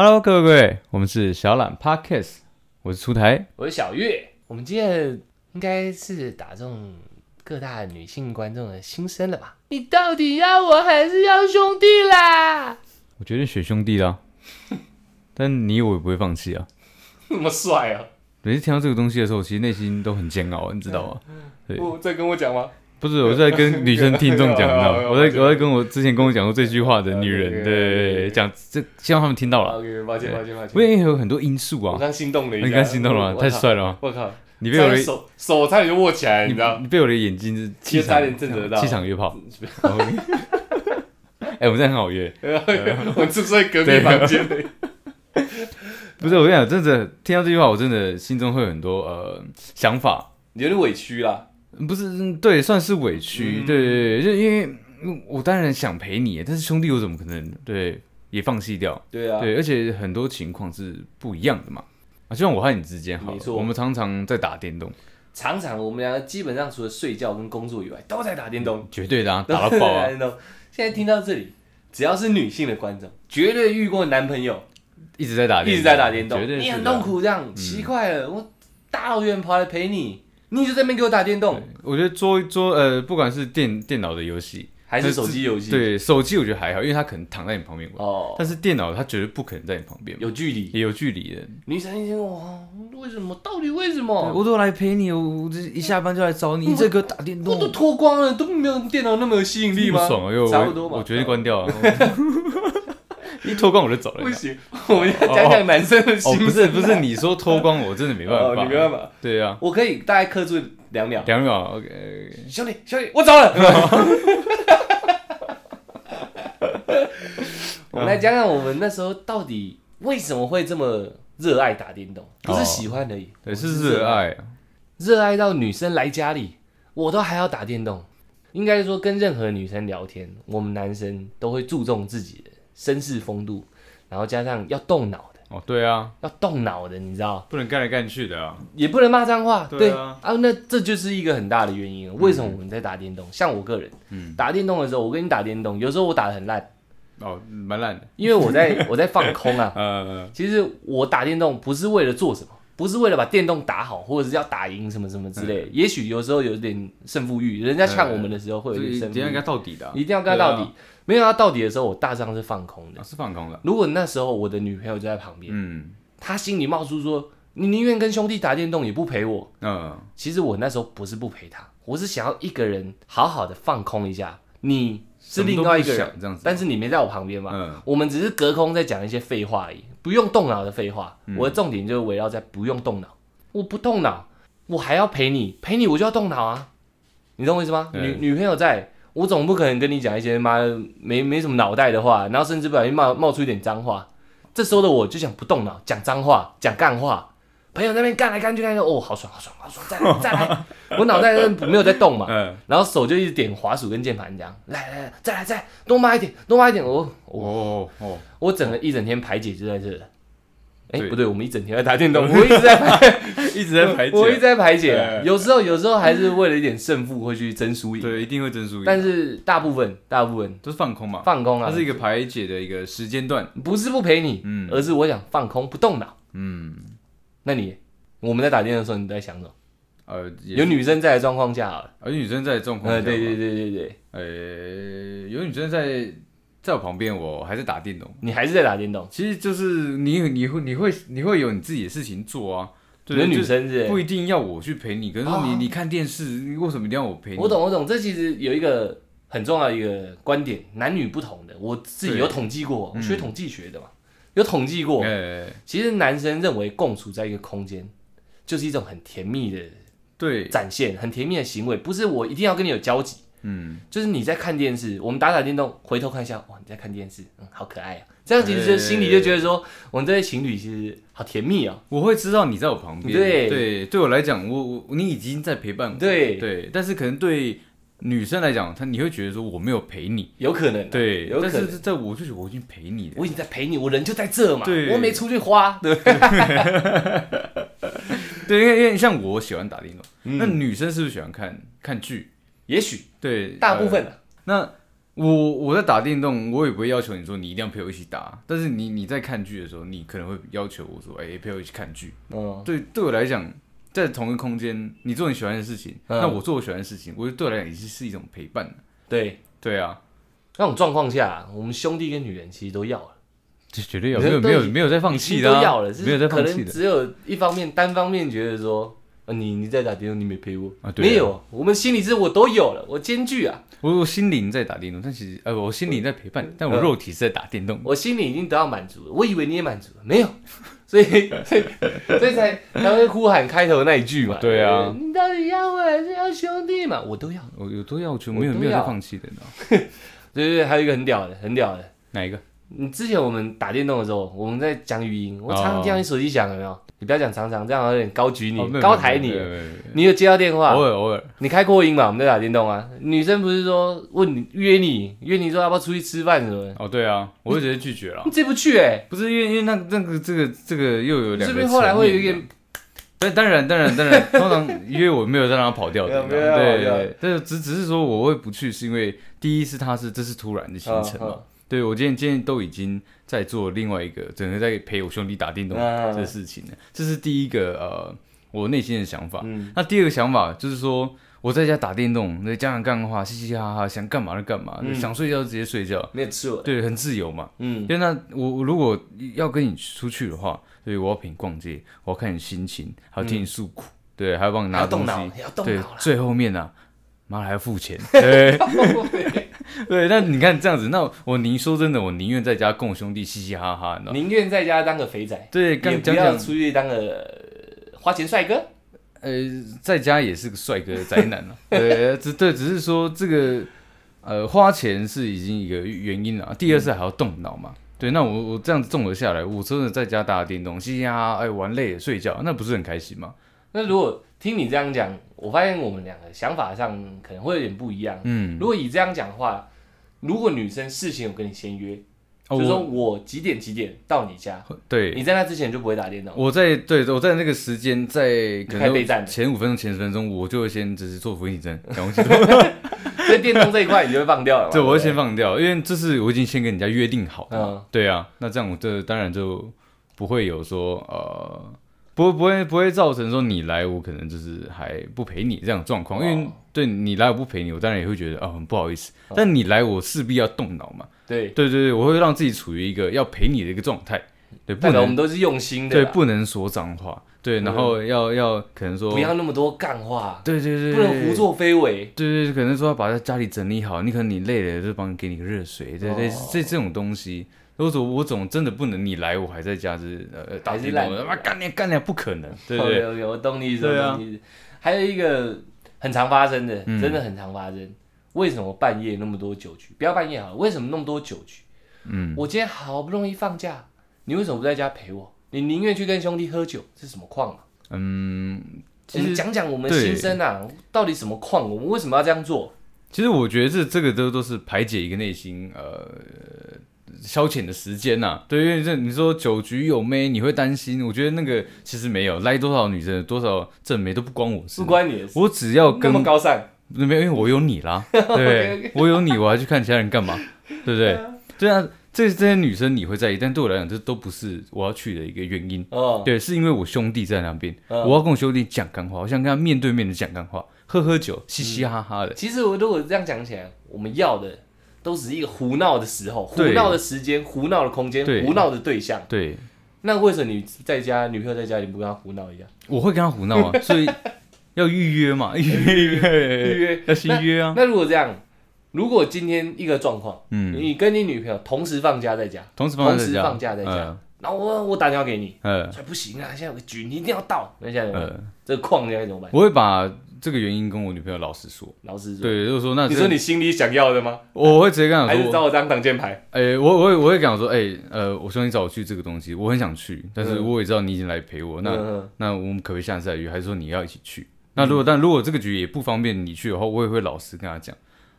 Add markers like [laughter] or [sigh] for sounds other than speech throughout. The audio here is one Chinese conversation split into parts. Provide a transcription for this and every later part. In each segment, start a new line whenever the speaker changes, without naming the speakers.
Hello，各位各位，我们是小懒 Podcast，我是出台。
我是小月。我们今天应该是打中各大女性观众的心声了吧？你到底要我还是要兄弟啦？
我决定选兄弟啦，但你我也不会放弃啊。
[laughs] 那么帅啊！
每次听到这个东西的时候，其实内心都很煎熬，你知道吗？对
我哦在跟我讲吗？
不是，我是在跟女生听众讲，你知道吗
没有没有
我在我在跟我之前跟我讲过这句话的女人，
OK，OK，OK，
对，讲这希望他们听到
好
了。
，OK，抱歉
对
抱歉抱
不
歉。
也有很多因素
我
啊，
刚心动了一下，
你刚心动了吗？
我
太！帅了吗？
我靠我靠！
你被我的
差点手手差点就握起来，你知道？
你被我的眼睛是气
其实差
场
点震得到
气场约炮。哎，我们这样很好约。
[laughs] 我是睡隔壁房间的。
不是，我跟你讲，真的听到这句话，我真的心中会有很多呃想法，
有点委屈啦，
不是嗯对，算是委屈，
嗯
对对对，就因为嗯我当然想陪你，但是兄弟我怎么可能对也放弃掉？
对啊，
对，而且很多情况是不一样的嘛。啊，就像我和你之间好了，
没错
我们常常在打电动，
常常我们两个基本上除了睡觉跟工作以外，都在打电动。
绝对的啊， [laughs] 打到爆啊！
运动现在听到这里，只要是女性的观众，绝对遇过男朋友
一直在打电动，
一直在打电动
绝，对
你
是
很
的啊
痛苦这样，奇怪了，我大老远跑来陪你，你就在那边给我打电动，
我觉得桌桌呃，不管是电电脑的游戏
还是手机游戏？，
对手机我觉得还好，因为它可能躺在你旁边玩，
哦，
但是电脑它绝对不可能在你旁边，
有距离。
也有距离的。
女生一听哇，为什么？到底为什
对
么？
哦我都来陪你，我我这一下班就来找你，你这个打电
我
动，
都脱光了，都没有电脑那么有吸引力吗？
不爽啊！又
差不多吧。
我决定关 [laughs] 掉啊！一脱光我就走了
不。行， [laughs] 我们要讲讲男生的
哦，
心
不是不是，你说脱光我真的没办
哦
法，
你没办法。
对啊，
我可以大概克住两秒。
两秒，OK。
兄弟，兄弟，我走
[laughs]
了。我们来讲讲我们那时候到底为什么会这么热爱打电动，不是喜欢而已，
哦对，是热，爱啊，
热爱到女生来家里，我都还要打电动。应该说，跟任何女生聊天，我们男生都会注重自己的绅士风度，然后加上要动脑的，
哦，对啊，
要动脑的，你知道，
不能干来干去的啊，
也不能骂脏话，
对
对
啊
那这就是一个很大的原因了。为什么我们在打电动？像我个人，
嗯
打电动的时候，我跟你打电动，有时候我打的很烂，
哦，蛮烂的，
因为
[laughs]
我在我在放空啊。
呃，
其实我打电动不是为了做什么，不是为了把电动打好，或者是要打赢什么什么之
嗯
类的。也许有时候有点胜负欲，人家呛我们的时候会有
就
点
一
胜
定
负
要跟
欲
他，到底的啊，
一定要跟他到底
对。
没有到到底的时候，我大上是放空的
啊，。是放空的，
如果那时候我的女朋友就在旁边，
嗯
她心里冒出说：“你宁愿跟兄弟打电动，也不陪我。”
嗯，
其实我那时候不是不陪他，我是想要一个人好好的放空一下。你是另外一个
什么都不
人，
想这样子，
但是你没在我旁边嘛？
嗯
我们只是隔空在讲一些废话而已，不用动脑的废话。我的重点就是围绕在不用动脑。我不动脑，我还要陪你，陪你我就要动脑啊！你懂我意思吗？
对
女女朋友在，我总不可能跟你讲一些妈的没没什么脑袋的话，然后甚至不小心冒冒出一点脏话。这时候的我就想不动脑，讲脏话，讲干话。朋友在那边干来干去，干来哦，好爽，好爽，好爽，再来再来。我脑袋没有在动嘛，
嗯，
然后手就一直点滑鼠跟键盘，这样来来来，再来再来，多骂一点，多骂一点。我我
哦哦，
我整个一整天排解就在这了。哎，
对
不对，我们一整天在打电
[laughs]
动，我一直在排
[laughs] 一直在排解，
我一直在排解啊。
对
有时候有时候还是为了一点胜负会去争输赢，
对，一定会争输赢，
但是大部分大部分
都是放空嘛，
放
嗯
空
它
啊
是，一个排解的一个时间段，
不是不陪你，
嗯
而是我想放空不动脑。
嗯，
那你我们在打电动的时候你在想什么？
呃，有
有女生在的状况下好了，
而女生在状况，
呃，对对，对对对，
呃，有女生在在我旁边，我还在打电动，
你还是在打电动，
其实就是你你会你会你会有你自己的事情做啊，
有
对，
女
就是
生是不是
不一定要我去陪你，可是说你
哦
你看电视，你为什么一定要我陪你？
我懂，我懂，这其实有一个很重要的一个观点，男女不同的，我自己有统计过，
嗯
我学统计学的嘛，有统计过。
哎，
其实男生认为共处在一个空间，就是一种很甜蜜的
对，
展现，很甜蜜的行为，不是我一定要跟你有交集，
嗯，
就是你在看电视，我们打打电动，回头看一下，哇，你在看电视，嗯，好可爱啊，这样其实就心里就觉得说，我们这对情侣其实好甜蜜哦，
我会知道你在我旁边，
对
对，对我来讲，我我你已经在陪伴我，
对
对，但是可能对女生来讲，她你会觉得说我没有陪你。
有可能啊、
对，
有可
但
能
是。在我就觉得我已经陪你了，
我已经在陪你，我人就在这嘛，
对
我没出去花，对不对
对，因为因为像我喜
嗯
欢打电动，那女生是不是喜欢看看剧？
也许
对，
大部
呃
分啊
那我我在打电动，我也不会要求你说你一定要陪我一起打，但是你你在看剧的时候，你可能会要求我说，哎、陪我一起看剧。
嗯，
对，对我来讲，在同一个空间，你做你喜欢的事情，
嗯
那我做我喜欢的事情，我觉得对我来讲也是是一种陪伴。
对，
对啊，
那种状况下，我们兄弟跟女人其实都要了，
这绝对有，
你
没有
说
没
都
有
已经
没有在放
其
弃
实
的、
都
啊，
要了，只
没有在
是可
放弃
能
的。
只有一方面单方面觉得说，啊，你你在打电动，你没陪我
啊对啊
没有，我们心里是我都有了，我兼具啊，
我我心灵在打电动，但其实呃，我心灵在陪伴，但我
呃
肉体是在打电动。
我心里已经得到满足了，我以为你也满足了，没有， [laughs] 所以所以所以才才会呼喊开头那一句嘛。
对啊
你到底要我还是要兄弟嘛？我都要。
我有多要求，
我
没有
都
没有在
要
放弃的，你知道吗
对对对，还有一个很屌的，很屌的。
哪一个？
你之前我们打电动的时候，我们在讲语音，我常常
哦
听到你手机响，有没有？你不要讲常常，这样好像有点高举你、
哦没有
高抬你
没有。没有没有没有
你有接到电话
偶，尔偶尔，
你开扩音嘛？我们在打电动啊。女生不是说问你约你约你说要不要出去吃饭什么的，
哦对啊，我就直接拒绝了
[laughs] 你。这不去哎、
不是因为因为那那个这个这个又有两
这
个
边后来会有一
层面
点
的，但当然当然当然， [laughs] 通常因为我没有让他跑掉的，你
没
知
有
道吗
没有
对
没有
对，但是只只是说我会不去，是因为第一是他是这是突然的行程
嗯
嘛
嗯，
对我今天今天都已经在做另外一个，整个在陪我兄弟打电动
嗯嗯嗯
这事情了，这是第一个呃我内心的想法。
嗯
那第二个想法就是说。我在家打电动，那家人干话，嘻嘻哈哈，想干嘛就干嘛，
嗯
想睡觉就直接睡觉，
没有吃我，
对，很自由嘛。
嗯
因。为那我我如果要跟你出去的话，所以我要陪你逛街，我要看你心情，还要听你诉苦，对，还要帮你拿
还要
东
动脑，
西，
还要动
对
脑，了。
最后面啊，妈的还要付
[laughs]
钱，对对。那你看这样子，那我宁说真的，我宁愿在家跟我兄弟嘻嘻哈哈，你知道吗？
宁愿在家当个肥仔，
对，
也
刚
不
讲
要
讲，
出去当个呃花钱帅哥。
呃，在家也是个帅哥宅男啊，
[laughs]
对，只对，只是说这个呃花钱是已经一个原因了、啊第二是还要动脑嘛。对，那我我这样子综合下来，我真的在家打电动，嘻嘻哈哈，哎，玩累了睡觉，那不是很开心吗？
那如果听你这样讲，我发现我们两个想法上可能会有点不一样。
嗯，
如果以这样讲的话，如果女生事先有跟你先约，
哦
就说
我
我几点几点到你家，
对，
你在那之前就不会打电动。
我在对我在那个时间，在可
开备战
能前五分钟、前十分钟，我就会先只是做俯卧撑、仰卧
[laughs]
起坐，
所以电动这一块你就会放掉了嘛。
[laughs] 对，我会
对
先放掉，因为这是我已经先跟人家约定好
不对
的。
嗯，
对啊，那这样我这当然就不会有说呃，不不会不会造成说你来我可能就是还不陪你这样的状况，因为
哦
对你来我不陪你，我当然也会觉得啊、很不好意思。但你来我势必要动脑嘛，
对，
对对对，我会让自己处于一个要陪你的一个状态，对，不
代表我们
能
都是用心的
对
啦，
不能说脏话，对，然后要要可能说
不要那么多干话，
对对对，
不能胡。作非为。
对对，对可能说要把他家里整理好，你可能你累了就帮你给你个热水，对对，
哦
这这种东西，我总我总真的不能你来我还在家是呃呃打
还是
电
烂
动，
的
他妈干你干你不可
[laughs]
能，对对
OK，OK，我懂你意思。
对
我
啊
懂你意思。还有一个很常发生的，
嗯
真的很常发生。为什么半夜那么多酒局？不要半夜好了，为什么那么多酒局？
嗯，
我今天好不容易放假，你为什么不在家陪我？你宁愿去跟兄弟喝酒，这是什么况啊？
嗯，
我
其
们
实
讲讲我们
对
心声啊，到底什么况？我们为什么要这样做？
其实我觉得这这个都都是排解一个内心呃消遣的时间呐、对，因为这你说酒局有妹，你会担心，我觉得那个其实没有，来多少女生多少正妹都不关我事
不，关你的事，
我只要
那
哦跟
么高尚。
没有，因为我有你
[laughs]
啦，对，我有你，我还去看其他人干嘛？对不对？
嗯
对啊，这这些女生你会在意，但对我来讲，这都不是我要去的一个原因。
哦，
对，是因为我兄弟在那边，
嗯
我要跟我兄弟讲干话，我想跟他面对面的讲干话，喝喝酒，嘻嘻哈哈的。
其实我如果这样讲起来，我们要的都只是一个胡闹的时候、胡
对
闹的时间、胡闹的空间、
对
胡闹的对象。
对，
那为什么你在家，女朋友在家，你不跟她胡闹一下？
我会跟他胡闹
[laughs]
啊，所以要预约嘛，预约，
预约
要先约呃
[laughs]
啊。
那如果这样，如果今天一个状况，
嗯，
你跟你女朋友同时放假在家，
同时放
同时
假，
放假在家然后我我打电话给你，
呃，呃
说不行啊，现在有个局，你一定要到。那现在怎么办
呃，
这个框现在怎么办？
我会把这个原因跟我女朋友老实说。
老师说，
对，就是说那
你
这
说你心里想要的吗？
我会直接跟他
还
说
是，找我当挡箭牌？
哎、我我会我会讲说，哎、呃，我兄弟找我去这个东西，我很想去，但是
嗯
我也知道你已经来陪我，那、
嗯
那我们可不可以下次再约？还是说你要一起去？那如果但如果这个局也不方便你去的话，我也会老实跟他讲，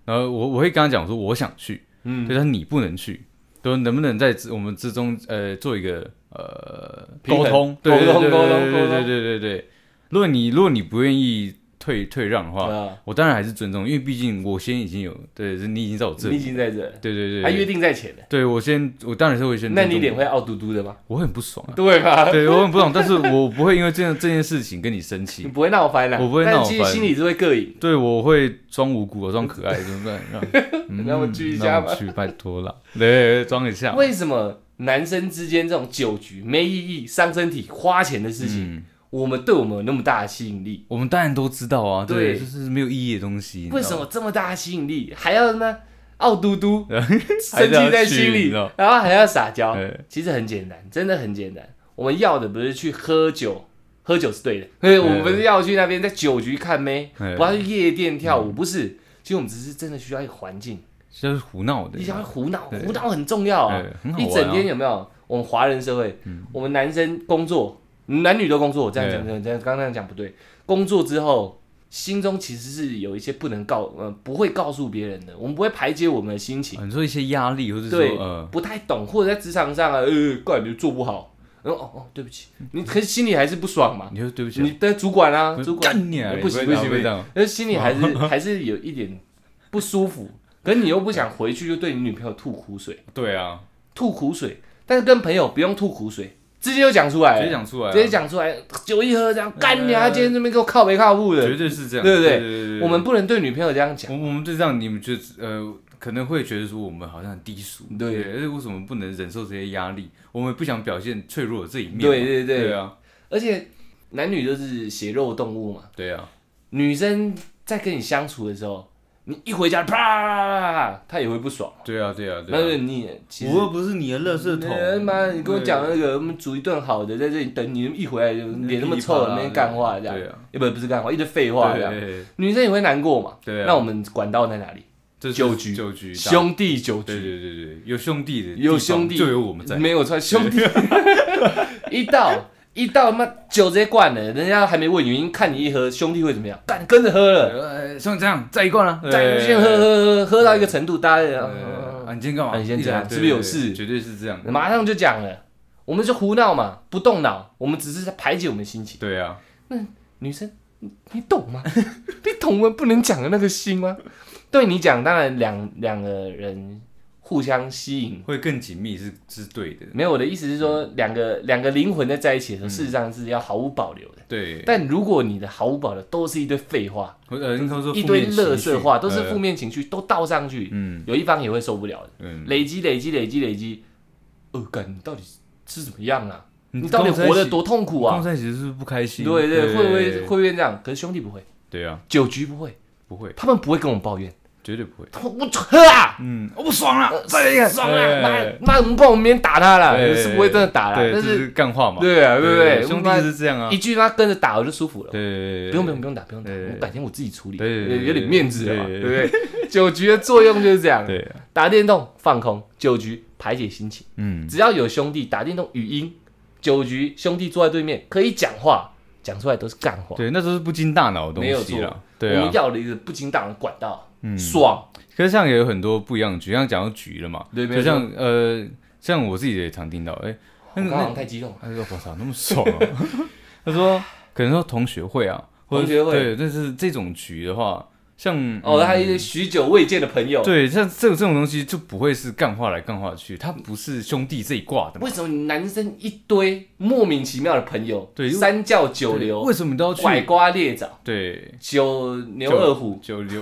然后我我会跟他讲说我想去，
嗯
对，但是你不能去，都能不能在之我们之中呃做一个呃
平衡
沟通，
沟
对对
通
对
沟通
对
沟通
对对对对对。如果你如果你不愿意退退让的话，
啊，
我当然还是尊重，因为毕竟我先已经有，对，是你已经在我这
你已
里，
经在这了，
对对对
还约
对，
定在前呢，
对我先，我当然是会先尊
那
重，
你脸会傲嘟嘟的吗？
我很不爽啊，
对吧？
对我很不爽，但是我不会因为这样这件事情跟你生
你
气，
不会闹翻啦，
我不会闹
但
翻
其实心里是会膈应。
对我会装无辜，我装可爱，怎么办？让嗯
让我去一下
让
吧
我去拜托了，对对，对装一下，
为什么男生之间这种酒局没意义、伤身体、花钱的事情，
嗯。
我们对我们有那么大的吸引力？
我们当然都知道啊，对，
对
就是没有意义的东西。你知道
为
吗
什么这么大的吸引力还要呢？傲嘟嘟，
[laughs] 还
生
是要
气在心
去你
里
知道，
然后还要撒娇
对。
其实很简单，真的很简单。我们要的不是去喝酒，喝酒是对的，所以我们不是要去那边在酒局看妹，
对嗯
不要去夜店跳舞，不是。其实我们只是真的需要一个环境，
就是胡闹的？
你想要胡闹，
对
胡闹很重要啊
对很。好玩
一
啊
整天有没有？我们华人社会，我们男生工作，男女都工作。我这样讲，这样刚刚那样讲不对。工作之后，心中其实是有一些不能告，呃，不会告诉别人的，我们不会排解我们的心情。
啊你说一些压力，或者说
对
呃，
不太懂，或者在职场上啊，呃，怪你做不好，然后哦哦，对不起，你可是心里还是不爽嘛。
你说对不起啊，
你的主管啊，
不是
主管
干你啊，
不行
你
不
会
行不
会这
行，
样，
但是心里
[laughs]
还是还是有一点不舒服。可是你又不想回去就对你女朋友吐苦水，
对啊，
吐苦水，但是跟朋友不用吐苦水，直接就讲出来
直接
了，
讲出来啊，
直接讲出来，酒一喝这样干你啊！今天这边给我靠没靠步
绝
的，
对是这样，
对不
对
对
对对
我们不能对女朋友这样讲。
我我们就这样，你们觉得呃，可能会觉得说我们好像很低俗，
对
对，但是为什么不能忍受这些压力？我们不想表现脆弱的这一面嘛，
对对对
对啊，
而且男女都是血肉动物嘛，
对啊，
女生在跟你相处的时候，你一回家啪，她也会不爽。
对啊，对啊，
那
对啊，
个你其实
我又不是你的垃圾
你
桶，
妈，你跟我
对
讲那个，我们煮一顿好的，在这里等你，一回来就脸那么臭，那边干话这样，
对啊，
也不不是干话，一堆废话这
对啊
样，
对对
女生也会难过嘛。
对啊
那我们管道在哪里？
这是
酒局
酒局大
兄弟酒
对
局，
对对对，有兄弟的地方
有兄弟嗯
就有我们在，
没有穿兄弟，一到一到妈酒直接灌了，人家还没问原因，看你一喝，兄弟会怎么样？干跟着喝了，
呃，像这样再一罐啊，
再
对
先喝。喝喝喝到一个程度，大家
呃啊，
呃
你今天干嘛？
啊你今天
一直
怎样
喊
是不是有
对对
事
对绝对是这样。
马上就讲了，我们就胡闹嘛，不动脑，我们只是在排解我们的心情。
对啊，
女生，你你懂吗？你懂我不能讲的那个心吗？对你讲，当然两两个人互相吸引。
会更紧密是是对的。
没有，我的意思是说，两个两个灵魂在在一起的时候，事实上是要毫无保留的。
嗯对，
但如果你的毫无保留都是一堆废话，
或呃，应该说
一
负
堆
面情
垃
绪
圾话，都是
呃
负面情绪都倒上去，
嗯
有一方也会受不了的。
嗯，
累积累积累积累积，呃，感你到底是怎么样啊？
你
你到底
跟我在
活得
一起
多痛苦
跟我
啊？
在一起是不是不开心？
对对，会不会
对
会不会这样？可是兄弟不会，
对啊，
酒局不会，
不会，
他们不会跟我们抱怨。
绝对不会。
我我喝啊，呃
嗯，我不爽了，再来一个，
爽
哎
啊，妈妈，我们不然我们明天打他啦，
哎
啊是不会真的打啦，
对，
但
这
是
是干话嘛？
对啊，对不对？
兄
我
弟
们
是这样啊
一。句他跟着打我就舒服了，
对，
不用不用不用打不用打，
对
我改天我自己处理，
对对对对
有点面子了嘛，对
对
不对？ [laughs] 酒局的作用就是这样，
对啊，
打电动放空，酒局排解心情，
嗯，
只要有兄弟打电动语音，酒局兄弟坐在对面可以讲话，讲出来都是干话，
对，那都是不经大脑的东
没有
西
错
啦。
我
对啊嗯
们，要的一个不经大脑的管道，爽，
可是像也有很多不一样的局，像讲到局了嘛，
对没
就
有
像呃，像我自己也常听到，哎、那
我刚
个
刚好
那
像太激动了，
他说我操，那么爽、啊， [laughs] 他说可能说同学会啊，或者
同学会
对，但是这种局的话，像
哦，还有一些许久未见的朋友。
嗯对，像这种这种东西就不会是干话来干话去，它不是兄弟这一挂的嘛，
为什么你男生一堆莫名其妙的朋友？
对因为
三教九
对
流，
为什么都要去？
拐瓜裂枣，
对，
九牛二虎，
九流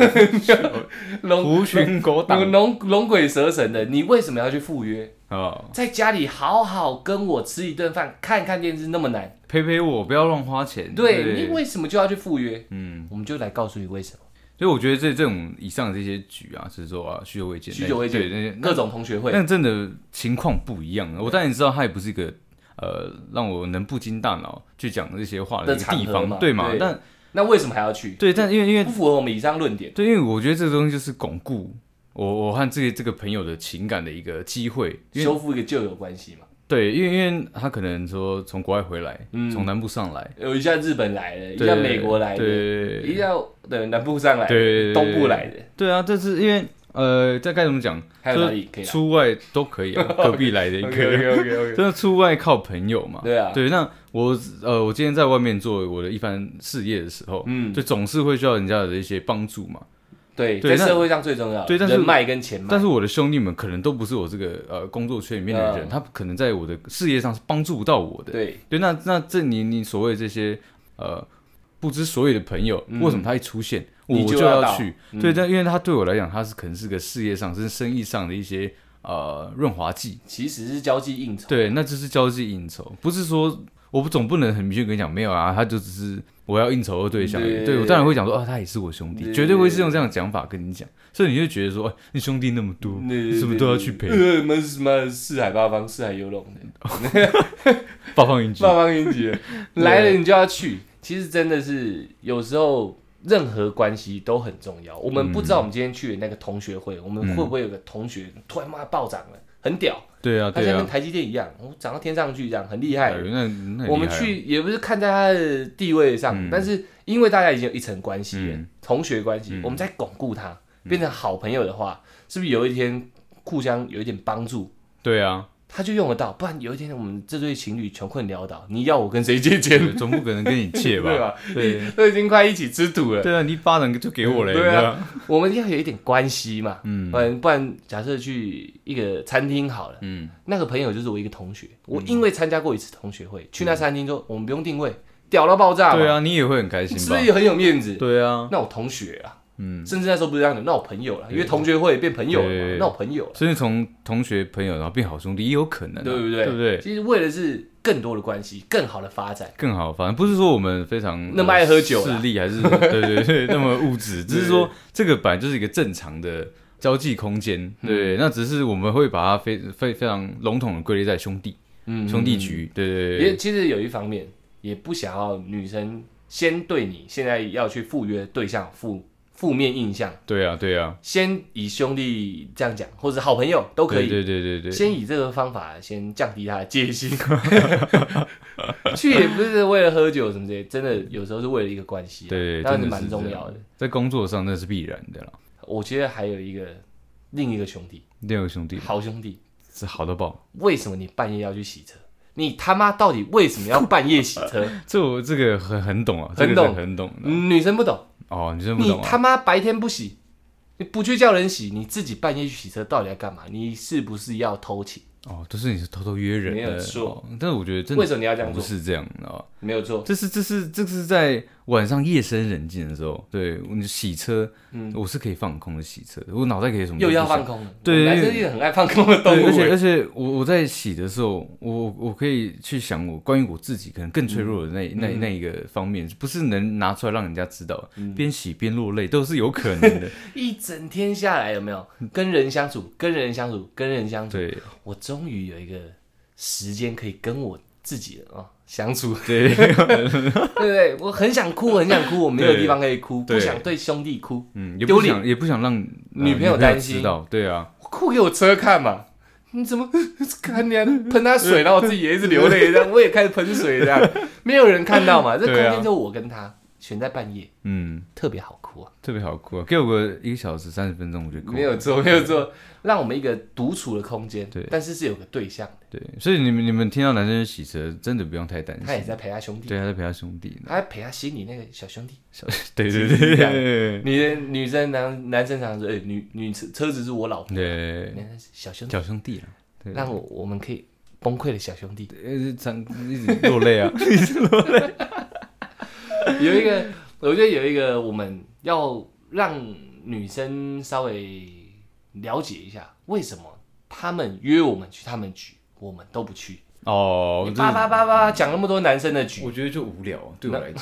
龙
狐群狗党
龙龙龙鬼蛇神的，你为什么要去赴约？
啊，
在家里好好跟我吃一顿饭，看看电视那么难，
陪陪我，不要乱花钱。
对你为什么就要去赴约？
嗯，
我们就来告诉你为什么。
所以我觉得这这种以上这些局啊，是说啊，许久未见，
许久未见
对那些
各种同学会，
但真的情况不一样。我当然知道它也不是一个呃让我能不经大脑去讲这些话的一
的
个
场合
地方，
嘛
对嘛？
对
但
那为什么还要去？
对，但因为因为
不符合我们以上论点。
对，因为我觉得这个东西就是巩固我我和这个这个朋友的情感的一个机会。因为
修复一个旧有关系嘛，
对，因为因为他可能说从国外回来，
嗯
从南部上来，
有一下日本来的，一
对
下美国来的，
对
一下对南部上来的，
对
东部来的，
对啊，这是因为呃，这该怎么讲？
还有哪里可
就
以
是
来
出外都可
[laughs]
以、啊，隔壁来的一个，
OK
[laughs]
OK，
真的出外靠朋友嘛。
对啊，
对，那我呃，我今天在外面做我的一番事业的时候，
嗯
就总是会需要人家的一些帮助嘛。
对，
对
在
那
社会上最重要，
对但是
人脉跟钱脉
但，是我的兄弟们可能都不是我这个呃工作圈里面的人，
嗯
他可能在我的事业上是帮助不到我的。
对，
对，那那这你你所谓这些呃不知所以的朋友，为什么他一出现，
嗯你
我
就要嗯
要
到
去？对，但因为他对我来讲，他是可能是个事业上甚至生意上的一些呃润滑剂。
其实是交际应酬，
对，那就是交际应酬，不是说我不总不能很明确跟你讲没有啊，他就只是我要应酬的对象而已。
对
对我当然会讲说，哦，他也是我兄弟，
对
绝对会是用这样的讲法跟你讲，所以你就觉得说，哎，你兄弟那么多，你
对
是不是都要去陪？嗯
呃，什么什么四海八方，四海游龙的，
八方云集，
八方
[laughs]
云集的，
啊
来了你就要去。其实真的是有时候任何关系都很重要。我们不知道我们今天去的那个同学会，我们会不会有个同学突然妈暴涨了，很屌，
对啊，
他
对
像
啊
跟，台积电一样，我涨到天上去，这样很厉
哎
害。
那那很
我
厉
们
害啊
去也不是看在他的地位上，
嗯
但是因为大家已经有一层关系了，
嗯
同学关系，
嗯
我们在巩固它，变成好朋友的话，是不是有一天互相有一点帮助？
对
[laughs]
啊，
他就用得到，不然有一天我们这对情侣穷困潦倒，你要我跟谁借
对
钱？
总不可能跟你借
[laughs] 对啊
吧
吧？
对。
都已经快一起吃土了，
对啊，你一巴掌就给我了，
对
你
啊
知道，
[laughs] 我们要有一点关系嘛，
嗯
不然不然，假设去一个餐厅好了，
嗯，
那个朋友就是我一个同学，我因为参加过一次同学会，去那餐厅说我们不用定位，屌到爆炸，
对，啊，你也会很开心
是不
吧
是？也很有面子？
对啊，
那我同学啊，
嗯，
甚至那时候不是这样的，那我朋友了，因为同学会变朋友了嘛
对，
那我朋友了，
所以从同学朋友然后变好兄弟也有可能啊，
对不对？
对不对？
其实为的是更多的关系，更好的发展。
更好，反正不是说我们非常呃
那么爱喝酒啦
势力还是 [laughs] 对对对那么物
[laughs]
质，只是说这个本来就是一个正常的交际空间，
嗯
对，那只是我们会把它非非非常笼统的归类在兄弟
嗯
兄弟局，对对
也
对，
其实有一方面也不想要女生先对你现在要去赴约对象负负面印象，
对啊对啊，
先以兄弟这样讲，或者好朋友都可以，
对对对对对，
先以这个方法先降低他的戒心。 [laughs] 去也不是为了喝酒什么之类，真的有时候是为了一个关系啊、
对
当然
真的
蛮
是
重
这样
要的。
在工作上那是必然的啦，
我觉得还有一个另一个兄弟，
六个兄弟
好兄弟，
是好到爆。
为什么你半夜要去洗车？你他妈到底为什么要半夜洗
[laughs]
车？
这我这个很很懂啊，
很
这个
懂
是很懂的
女生不懂，
哦，你真不
你
懂啊？
他妈白天不洗，你不去叫人洗，你自己半夜去洗车到底要干嘛？你是不是要偷情？
哦，都是你是偷偷约人的，
没有错
哦但是我觉得真
为
的
什么你要这样
不
做？
是这样，啊你知道吗？
没有错，
这是这是这是在晚上夜深人静的时候，对你洗车，
嗯
我是可以放空的洗车，我脑袋可以什么都
又要
不想
放空了。
对
男生也很爱放空的动
对，
物
而且
欸。
而且我我在洗的时候，我我可以去想我关于我自己可能更脆弱的
嗯
那、那那一个方面，不是能拿出来让人家知道，
嗯
边洗边落泪都是有可能
[laughs]
的。
一整天下来，有没有跟人相处，跟人相处，跟人相处？
对
我终于有一个时间可以跟我自己了啊、相处，
[laughs] 对，
对不对？我很想哭，很想哭，我没有
对
地方可以哭，不
对
想对兄弟哭，
嗯，也
丢
不
脸
想也不想让、呃
女朋友担心
知道，对啊，
哭给我车看嘛！你怎么 [laughs] 看你还喷
[laughs]
他水，然后我自己也一直流泪，这样我也开始喷水，这样没有人看到嘛？这空
对啊
间就我跟他，选在半夜，
嗯，
特别好哭啊！
特别好哭啊，给我个一个小时三十分钟，我觉得够了
没有错，没有错，让我们一个独处的空间，
啊对
但是是有个对象，
对，所以你们你们听到男生洗车，真的不用太担
他也
心，
在陪他兄弟，
对，他在陪他兄
[laughs]
弟呢，
他在陪他心里那个小兄弟。
对对
其实是
对
这样
对
女人、女生男男生常说，哎、女女车车子是我老婆，
对，
那是小兄弟，
小兄弟了，对，
让我我们可以崩溃的小兄弟。
呃，常一直落泪
[laughs]
啊，
有一个，我觉得有一个，我们要让女生稍微了解一下，为什么他们约我们去他们局，我们都不去。
哦，
你
这
叭叭叭叭讲那么多男生的
[laughs]
局，
我觉得就无聊，对我来讲，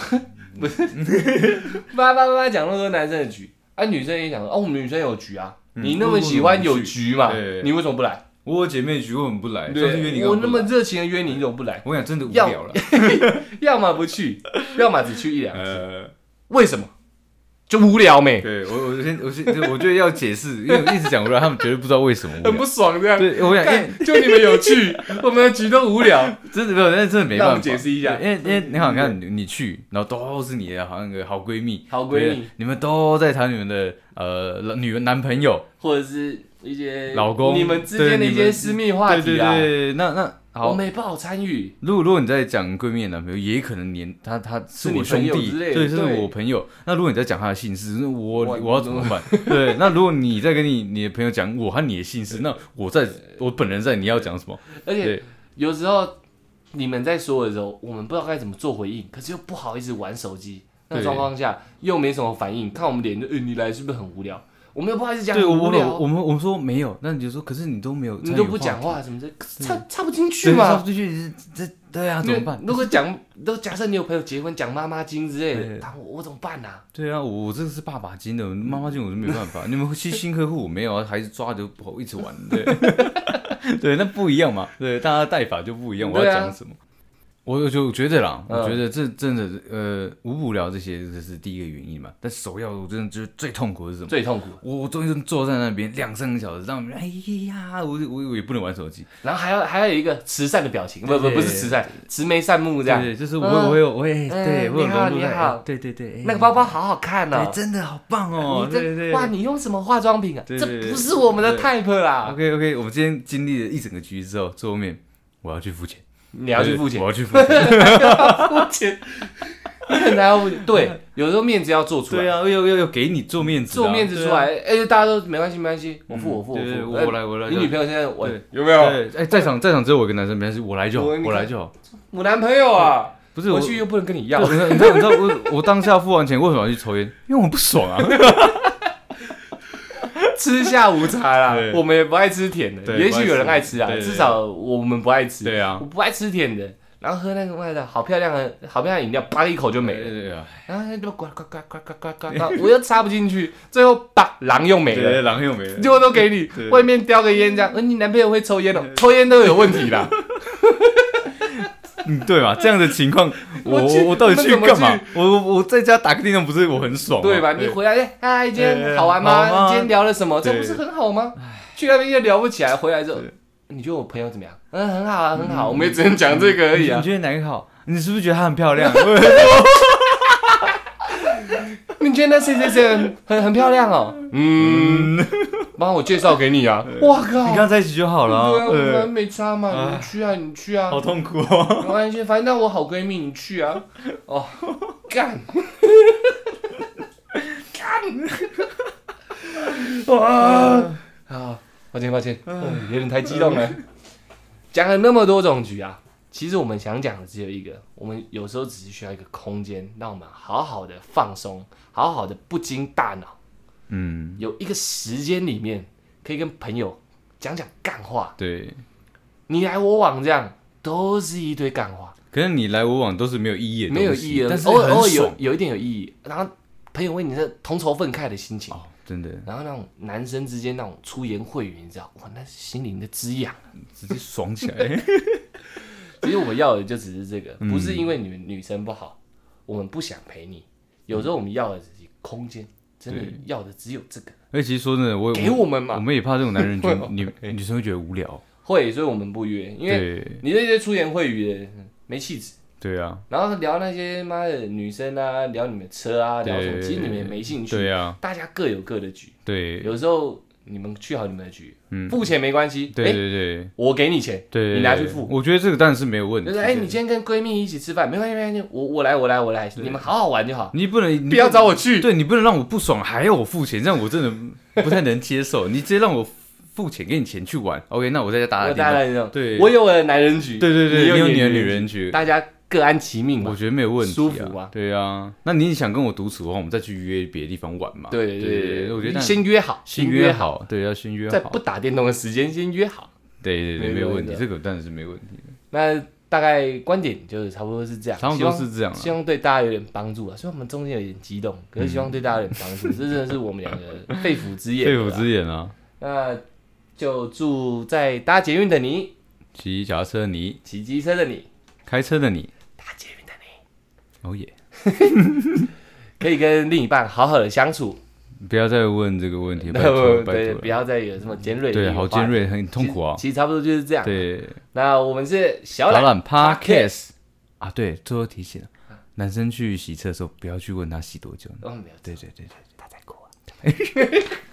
叭叭叭叭讲那么多男生的局，啊，女生也讲，哦，我们女生有局啊，
嗯
你那么喜欢有局嘛，
对
你为什么不来？
我有姐妹局我很不来，上次约你
对，
干嘛
我
不
那么
来，
热情的约你，你怎么不
[laughs]
来？
我跟你讲真的无
要
聊了，哎
[laughs] 要么不去，要么只去一两次，
呃，
为什么？就无聊没，
对我，我先，我先，我觉得要解释，因为我一直讲
[laughs]
无聊，他们绝对不知道为什么无
很
聊。
不爽这样。
对，我想，因为
干就你们有趣， [laughs] 我们的局都无聊。
真的没有，那真的没
那我
办法
们解释一下
对因为因为你好，你看你你去，然后都是你的好像个好闺蜜，
好闺蜜
对，你们都在谈你们的呃女男朋友，
或者是一些
老公
你们之间的
对
一
你
些
们
私密话
对
题
对
啊，
对，那那
我
好。
没办法参与。
如果如果你在讲闺蜜的男朋友，也可能连他他是
是你
我兄
朋友
弟，
之类的
对，这是
对
我朋友。那如果你在讲他的姓氏，那我
我
我要怎么办？ [laughs] 对，那如果你在跟你你的朋友讲我和你的姓氏，那我在我本人在你要讲什么？
而且
对
有时候你们在说的时候，我们不知道该怎么做回应，可是又不好意思玩手机。那
对
状况下又没什么反应，看我们脸就，嗯、你来是不是很无聊？我们又不好意思讲
对，
很
我
无
我
聊，
我们我们说没有，那你就说，可是你都没有，
你都不讲，话什么的，插插不进
嗯
去
对
嘛
插。不进去，这这对啊，怎
那
么办？
如果讲，都假设你有朋友结婚讲妈妈经之类的，
对
他我我怎么办啊？
对啊，我我这个是爸爸金的，
嗯
妈妈金我是没办
[laughs]
法。你们新新客户我没有啊，还是抓着跑一直玩，对， [laughs] 对，那不一样嘛，对，大家带法就不一样。我
对
要
啊
讲什么？我我就觉得啦，
嗯
我觉得这真的是呃无无聊这些，这是第一个原因嘛。但首要我真的就是最痛苦的是什么？
最痛苦，
我我终于坐在那边两三个小时，让你们哎呀，我我我也不能玩手机，
然后还要还要有一个慈善的表情，不不
对
不是慈善，慈眉善目这样。
对，就是我
嗯
我有我也
哎
对，我有
你好
融入在
你好
哎对对对，哎
那个包包好好看
对
哦，
真的好棒哦
你，
对对
这
对
哇，你用什么化妆品啊？
对
这
对对
不是我们的
对
type 啊啦，
OK OK，我们今天经历了一整个局之后，最后面我要去付钱，
你要去付钱
我，要去付钱。
付钱，你很难要付 [laughs] 钱。对，有时候面子要做出
对
来，
啊，要要要给你做面子啊，
做面子出来，哎，大家都没关系没关系，我
嗯
付我付我
对对
付，
我
哎
我来我来
你女朋友现在我
对
有没
对啊。？对，哎，在场在场只有我一个男生，没关系，我来就好，
我你
我
看
来就好。
我男朋友啊，
不是我，
回
对
去又不能跟你要，
你
[laughs]
看你知道你知道我我当下付完钱为什么要去抽烟？因为我不爽
[laughs]
啊。
吃下午茶啦
对，
我们也不爱吃甜的，
对
也许有人爱吃啊
不爱，吃对
至少我们不爱吃。
对啊
我不爱吃甜的，然后喝那个味道好漂亮的好漂亮的饮料，叭一口就没
对
了，
对啊，
然后就呱呱呱呱呱呱呱呱， [laughs] 我又插不进去，最后叭狼又没了。
对，狼又没了。
结果都给你
对，
外面叼个烟这样，呃，你男朋友会抽烟哦，抽烟都有问题 [laughs] 啦。
嗯，对嘛，这样的情况，我
我去
我我到底
那
去
怎么
干嘛
去？
我我我在家打个电动，不是我很爽吗？
哦对吧？你回来，哎嗨，今天
对
好玩
好
吗？哎
吗
今天聊了什么？这
对
不是很好吗？去那边又聊不起来，回来之后
对，
你觉得我朋友怎么样？嗯，很好啊，很好，我们也只能讲这个而已
你
啊。
觉得哪个好？你是不是觉得她很漂
[laughs]
亮？
你觉得那谁谁谁很很很漂亮哦？嗯，帮我介绍给你啊。哇靠！
你跟她在一起就好了啊。
对啊，我
呃
们没差嘛，你去啊，你去啊，
好痛苦哦！
[laughs] 没关系，反正那我好闺蜜，你去啊。 [laughs] 哦，干，
哇，
啊，抱歉抱歉，嗯有点太激动了。讲了那么多种局啊，其实我们想讲的只有一个，我们有时候只是需要一个空间，让我们好好的放松，好好的不经大脑，
嗯，
有一个时间里面可以跟朋友讲讲干话，
对，
你来我往这样，都是一堆干话，
可是你来我往都是没有意义的东
没
西，
有意义了
但，是
偶尔偶
很
尔有
爽
有一点有意义，然后朋友为你的同仇愤慨的心情。
哦，真的
然后那种男生之间那种出言秽语，你知道，哇，那是心灵的滋养。啊
直接爽起来。哎
其实我们要的就只是这个，
嗯
不是因为你们女生不好，我们不想陪你。有时候我们要的只是空间，真的
对
要的只有这个，
而且其实说真的，
[laughs]
我
给
我
我们
我
嘛。
们也怕这种男人
[laughs]
觉
会
得女女生会觉得无聊。
会，所以我们不约，因为
对
你这些出言秽语的嗯没气质。
对啊，
然后聊那些妈的女生啊，聊你们车啊，聊什么，
对
其实你们也没兴趣。
对啊，
大家各有各的局，
对，
有时候你们去好你们的局，
嗯
付钱没关系。
对
诶，
对对
我给你钱，
对，
你拿去付。
我觉得这个当然是没有问题
就
的。
是哎、你今天跟闺蜜一起吃饭，没关系没关系，我我来我来我来，你们好好玩就好，
你不能你
不要找我去。
对你不能让我不爽，还要我付钱，这样我真的不太能接
[laughs]
受。你直接让我付钱，给你钱去玩，OK？那我在家打
我
打
当
电
然有，
啊对
我有我的男人局，
动。对对对，
你
你有
你
你
的
的女人局，
大家各安其命
我
嘛。
觉得没有问题、啊，
舒服啊
对啊，那你想跟我独处的话，我们再去约别的地方玩嘛。
对对对，
我觉得
先约好，
先
约
约，好，对，要先约
在
好
不。打电动的时间先约好。
对对对，
没
没有问
问
题，
题啊
这个当然是没有问题的，
那大概观点就是差不多是这样，
差不
希
多
望
是这样啊
哎希。望对大家有点帮
[laughs]
助啊。虽然我们中间有点激动，可是希望对大家有点帮助，这真的
[laughs]
是我们两个肺腑之言。
肺腑之言啊，
那就祝在搭捷运的你、
骑脚踏车的你，
骑机车的你、
开车的你，
搭捷运的你。
哦耶，
可以跟另一半好好的相处，
不要再问这个问
[laughs]
题，拜托
对
拜托
不
了，
要再有什么尖锐的
对，
语
好
话
尖锐，很痛苦啊
其。其实差不多就是这样。
对，
那我们是小
老
懒
懒
Podcast
Podcast 啊，对，最后提醒了，男生去洗车的时候，不要去问他洗多久呢。
哦，没有，
对对对对。
他在哭啊。